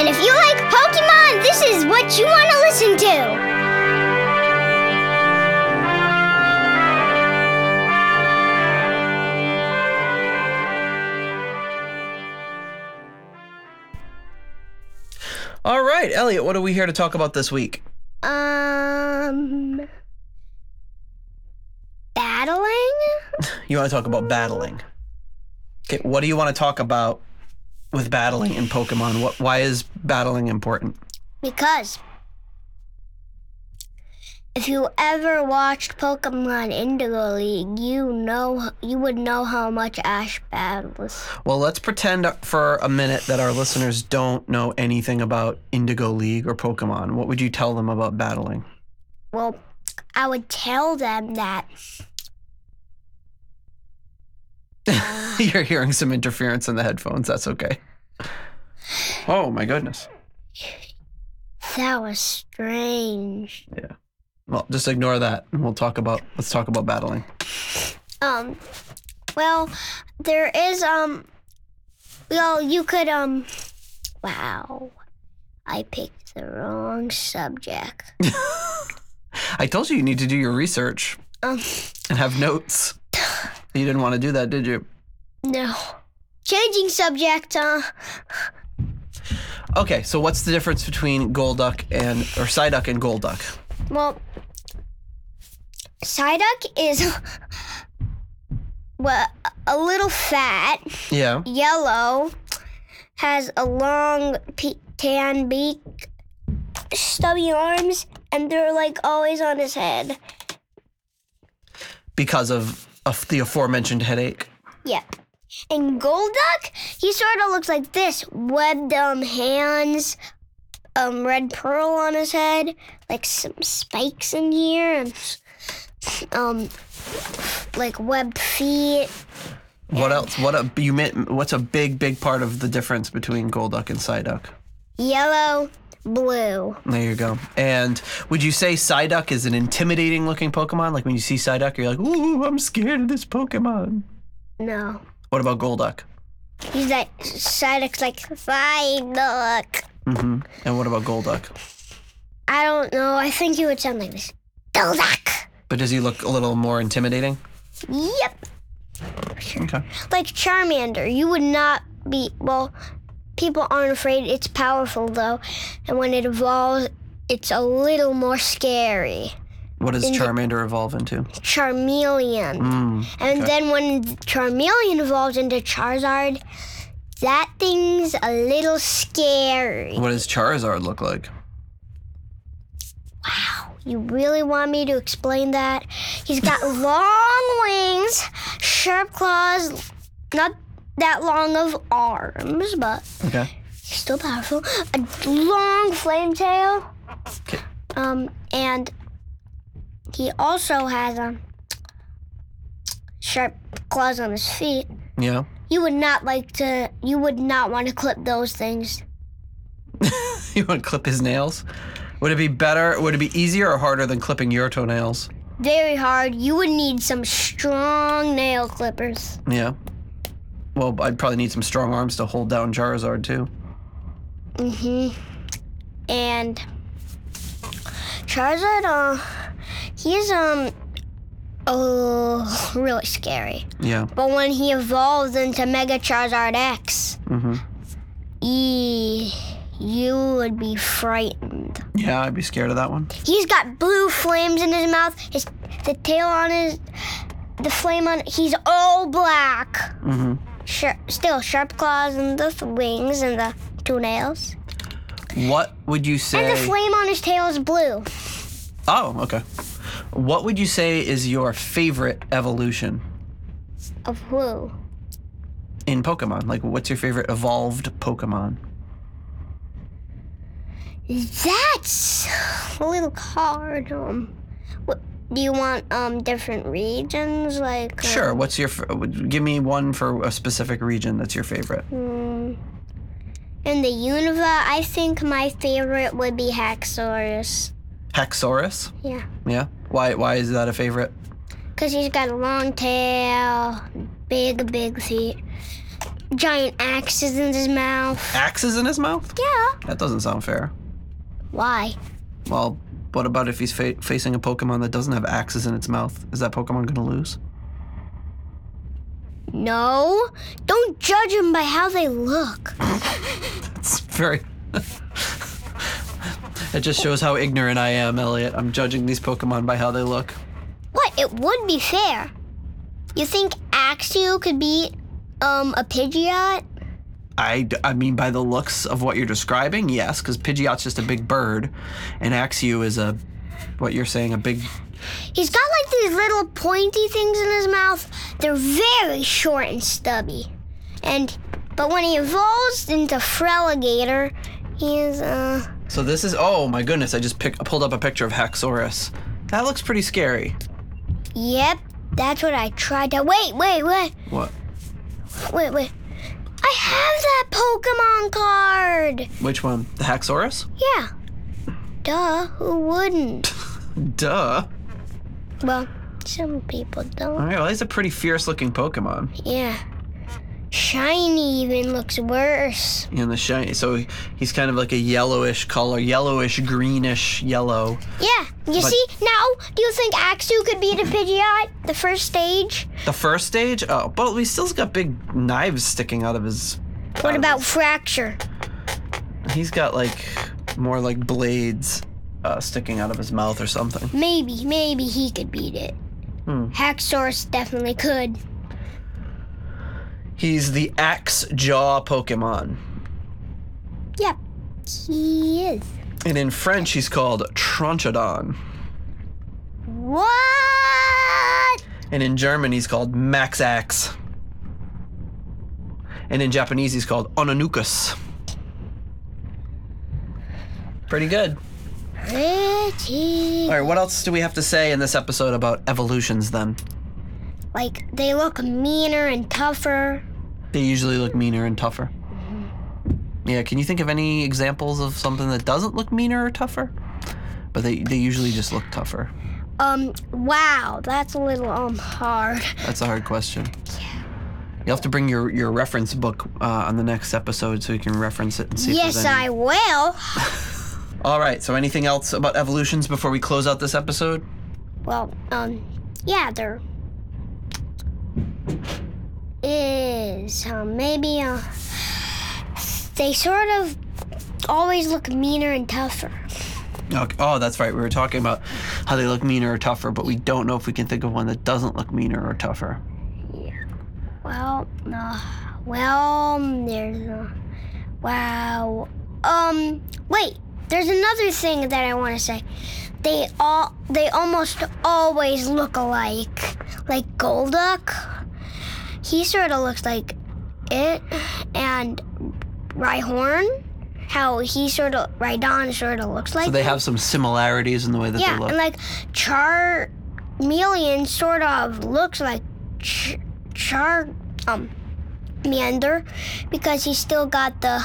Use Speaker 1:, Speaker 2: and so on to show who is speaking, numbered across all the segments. Speaker 1: And if you like Pokemon, this is what you want to listen to.
Speaker 2: All right, Elliot, what are we here to talk about this week?
Speaker 1: Um. Battling?
Speaker 2: You want to talk about battling. Okay, what do you want to talk about with battling in Pokemon? What why is battling important?
Speaker 1: Because if you ever watched Pokemon Indigo League, you know you would know how much Ash battles.
Speaker 2: Well, let's pretend for a minute that our listeners don't know anything about Indigo League or Pokemon. What would you tell them about battling?
Speaker 1: Well, I would tell them that
Speaker 2: You're hearing some interference in the headphones. That's okay. Oh my goodness.
Speaker 1: that was strange.
Speaker 2: Well, just ignore that, and we'll talk about let's talk about battling.
Speaker 1: Um, well, there is um, well, you could um, wow, I picked the wrong subject.
Speaker 2: I told you you need to do your research
Speaker 1: Um,
Speaker 2: and have notes. You didn't want to do that, did you?
Speaker 1: no, changing subject. Uh,
Speaker 2: Okay, so what's the difference between Golduck and or Psyduck and Golduck?
Speaker 1: Well, Psyduck is well, a little fat,
Speaker 2: Yeah.
Speaker 1: yellow, has a long pe- tan beak, stubby arms, and they're like always on his head.
Speaker 2: Because of, of the aforementioned headache.
Speaker 1: Yeah. And Golduck, he sort of looks like this webbed um, hands, um, red pearl on his head, like some spikes in here, and um, like webbed feet.
Speaker 2: What else? What a you meant, what's a big big part of the difference between Golduck and Psyduck?
Speaker 1: Yellow, blue.
Speaker 2: There you go. And would you say Psyduck is an intimidating looking Pokemon? Like when you see Psyduck, you're like, "Ooh, I'm scared of this Pokemon."
Speaker 1: No.
Speaker 2: What about Golduck?
Speaker 1: He's like, Psyduck's like, fine, look.
Speaker 2: Mm-hmm. And what about Golduck?
Speaker 1: I don't know. I think he would sound like this. Golduck.
Speaker 2: But does he look a little more intimidating?
Speaker 1: Yep.
Speaker 2: Okay.
Speaker 1: like Charmander. You would not be well. People aren't afraid. It's powerful though, and when it evolves, it's a little more scary.
Speaker 2: What does
Speaker 1: In the-
Speaker 2: Charmander evolve into?
Speaker 1: Charmeleon,
Speaker 2: Mm.
Speaker 1: and
Speaker 2: okay.
Speaker 1: then when Charmeleon evolves into Charizard, that thing's a little scary.
Speaker 2: What does Charizard look like?
Speaker 1: You really want me to explain that? He's got long wings, sharp claws, not that long of arms, but
Speaker 2: Okay.
Speaker 1: still powerful. A long flame tail.
Speaker 2: Okay.
Speaker 1: Um, and he also has um sharp claws on his feet.
Speaker 2: Yeah.
Speaker 1: You would not like to. You would not want to clip those things.
Speaker 2: You want to clip his nails? Would it be better? Would it be easier or harder than clipping your toenails?
Speaker 1: Very hard. You would need some strong nail clippers.
Speaker 2: Yeah. Well, I'd probably need some strong arms to hold down Charizard too.
Speaker 1: Mhm. And Charizard. Uh, he's um. Oh, really scary.
Speaker 2: Yeah.
Speaker 1: But when he evolves into Mega Charizard X,
Speaker 2: hmm
Speaker 1: ee, you would be frightened.
Speaker 2: Yeah, I'd be scared of that one.
Speaker 1: He's got blue flames in his mouth. His the tail on his the flame on. He's all black.
Speaker 2: hmm
Speaker 1: Sharp, still sharp claws and the th- wings and the two nails.
Speaker 2: What would you say?
Speaker 1: And the flame on his tail is blue.
Speaker 2: oh, okay. What would you say is your favorite evolution
Speaker 1: Of who?
Speaker 2: in Pokemon? Like, what's your favorite evolved Pokemon?
Speaker 1: That's a little hard. Um, what, do you want um different regions like? um,
Speaker 2: Sure. What's your? f- Give me one for a specific region that's your favorite.
Speaker 1: Mm. In the Unova, I think my favorite would be Haxorus.
Speaker 2: Haxorus.
Speaker 1: Yeah.
Speaker 2: Yeah. Why? Why is that a favorite?
Speaker 1: Because he's got a long tail, big, big feet. giant axes in his mouth.
Speaker 2: Axes in his mouth?
Speaker 1: Yeah.
Speaker 2: That doesn't sound fair.
Speaker 1: Why?
Speaker 2: Well, what about if he's fa- facing a Pokemon that doesn't have axes in its mouth? Is that Pokemon going to lose?
Speaker 1: No. Don't judge them by how they look.
Speaker 2: It's very. it just shows how ignorant I am, Elliot. I'm judging these Pokemon by how they look.
Speaker 1: What? It would be fair. You think Axio could beat um a Pidgeot?
Speaker 2: I, d- I mean, by the looks of what you're describing, yes, because Pidgeot's just a big bird, and Axew is a, what you're saying, a big.
Speaker 1: He's got like these little pointy things in his mouth. They're very short and stubby. And but when he evolves into Freligator, he is uh
Speaker 2: So this is. Oh my goodness! I just pick, pulled up a picture of Haxorus. That looks pretty scary.
Speaker 1: yep, that's what I tried to wait, wait, wait,
Speaker 2: What?
Speaker 1: wait, wait. I have that Pokemon card.
Speaker 2: Which one? The Haxorus?
Speaker 1: Yeah. Duh, who wouldn't?
Speaker 2: Duh.
Speaker 1: Well, some people don't.
Speaker 2: All right. Well, he's a pretty fierce-looking Pokemon.
Speaker 1: Yeah. Shiny even looks worse.
Speaker 2: In the shiny, so he- he's kind of like a yellowish color, yellowish, greenish yellow.
Speaker 1: Yeah, you
Speaker 2: But-
Speaker 1: see, now do you think Axu could beat a Pidgeot the first stage?
Speaker 2: The first stage. Oh, but we still's got big knives sticking out of his.
Speaker 1: What about Fracture?
Speaker 2: He's got like more like blades uh, sticking out of his mouth or something.
Speaker 1: Maybe, maybe he could beat it.
Speaker 2: Hmm.
Speaker 1: Haxorus definitely could.
Speaker 2: He's the axe jaw Pokemon,
Speaker 1: Yep, he is.
Speaker 2: and in French he's called Tronchodon,
Speaker 1: What?
Speaker 2: and in German he's called Max Axe, and in Japanese he's called Onanukus. Pretty good.
Speaker 1: Pretty.
Speaker 2: All right, what else do we have to say in this episode about evolutions then?
Speaker 1: Like, they look meaner and tougher.
Speaker 2: They usually look meaner and tougher. Yeah, can you think of any examples of something that doesn't look meaner or tougher? But they, they usually just look tougher.
Speaker 1: Um, wow, that's a little, um, hard.
Speaker 2: That's a hard question. You'll have to bring your, your reference book uh, on the next episode so you can reference it and see if
Speaker 1: Yes,
Speaker 2: there's any.
Speaker 1: I will.
Speaker 2: All right, so anything else about evolutions before we close out this episode?
Speaker 1: Well, um, yeah, there is. Um, maybe, uh, they sort of always look meaner and tougher.
Speaker 2: Okay. Oh, that's right. We were talking about how they look meaner or tougher, but we don't know if we can think of one that doesn't look meaner or tougher.
Speaker 1: Well, uh, well, um, there's a. Wow. Um, wait, there's another thing that I want to say. They all, they almost always look alike. Like Golduck, he sort of looks like it, and Rhyhorn, how he sort of, Rhydon sort of looks like
Speaker 2: So they have some similarities in the way that
Speaker 1: yeah,
Speaker 2: they look.
Speaker 1: and like Charmeleon sort of looks like Ch- Char um Meander because he's still got the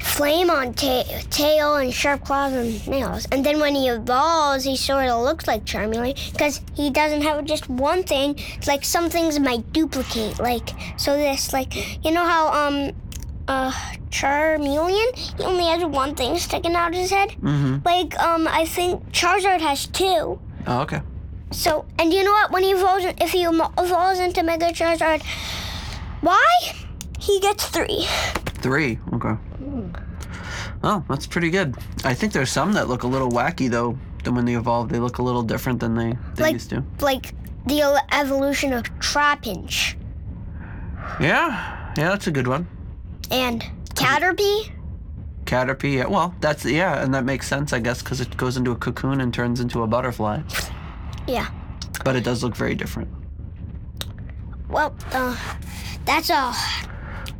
Speaker 1: flame on ta- tail and sharp claws and nails. And then when he evolves, he sort of looks like Charmeleon because he doesn't have just one thing. It's like some things might duplicate. Like so, this like you know how um uh Charmeleon he only has one thing sticking out of his head.
Speaker 2: mm-hmm.
Speaker 1: Like, um, I think Charizard has two.
Speaker 2: Oh, okay.
Speaker 1: So, and you know what? When he evolves, if he emo- evolves into Mega Charizard, why? He gets three.
Speaker 2: Three. Okay.
Speaker 1: Hmm.
Speaker 2: Oh, that's pretty good. I think there's some that look a little wacky though. Than when they evolve, they look a little different than they, they
Speaker 1: Like-
Speaker 2: used to.
Speaker 1: Like the el- evolution of Trapinch
Speaker 2: Yeah, yeah, that's a good one.
Speaker 1: and Caterpie.
Speaker 2: Caterpie. Yeah, well, that's yeah, and that makes sense, I guess, because it goes into a cocoon and turns into a butterfly.
Speaker 1: Yeah.
Speaker 2: But it does look very different.
Speaker 1: Well, uh, that's all.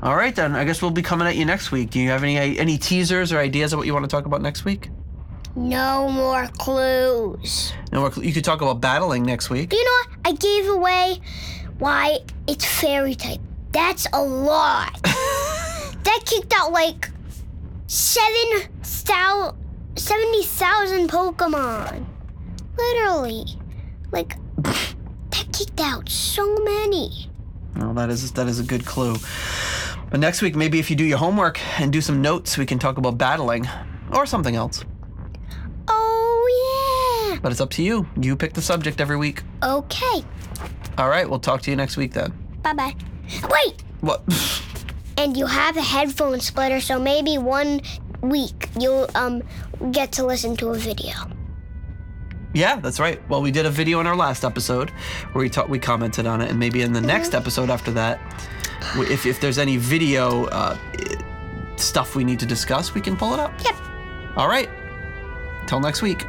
Speaker 2: All right, then. I guess we'll be coming at you next week. Do you have any any teasers or ideas of what you want to talk about next week?
Speaker 1: No more clues.
Speaker 2: No, more cl- you could talk about battling next week.
Speaker 1: You know what? I gave away why it's fairy type. That's a lot. that kicked out like seven thou- 70,000 Pokemon. Literally. Like, that kicked out so many.
Speaker 2: Well, that is that is a good clue. But next week, maybe if you do your homework and do some notes, we can talk about battling or something else.
Speaker 1: Oh,
Speaker 2: But it's up to you. You pick the subject every week.
Speaker 1: yeah. Okay.
Speaker 2: All right, we'll talk to you next week then.
Speaker 1: Bye bye. Wait,
Speaker 2: What?
Speaker 1: and you have a headphone splitter, so maybe one week you'll um get to listen to a video.
Speaker 2: yeah, that's right. Well, we did a video in our last episode where we talked, we commented on it, and maybe in the next episode after that, w- if if there's any video uh, i- stuff we need to discuss, we can pull it up.
Speaker 1: Yep.
Speaker 2: All right. Till next week.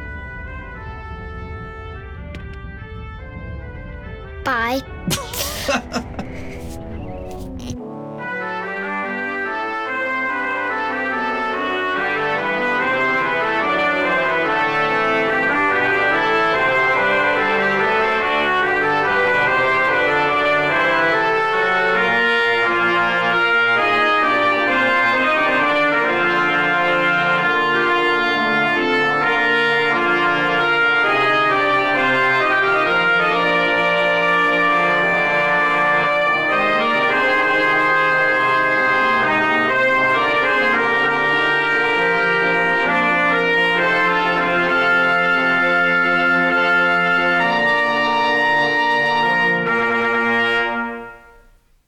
Speaker 1: Bye.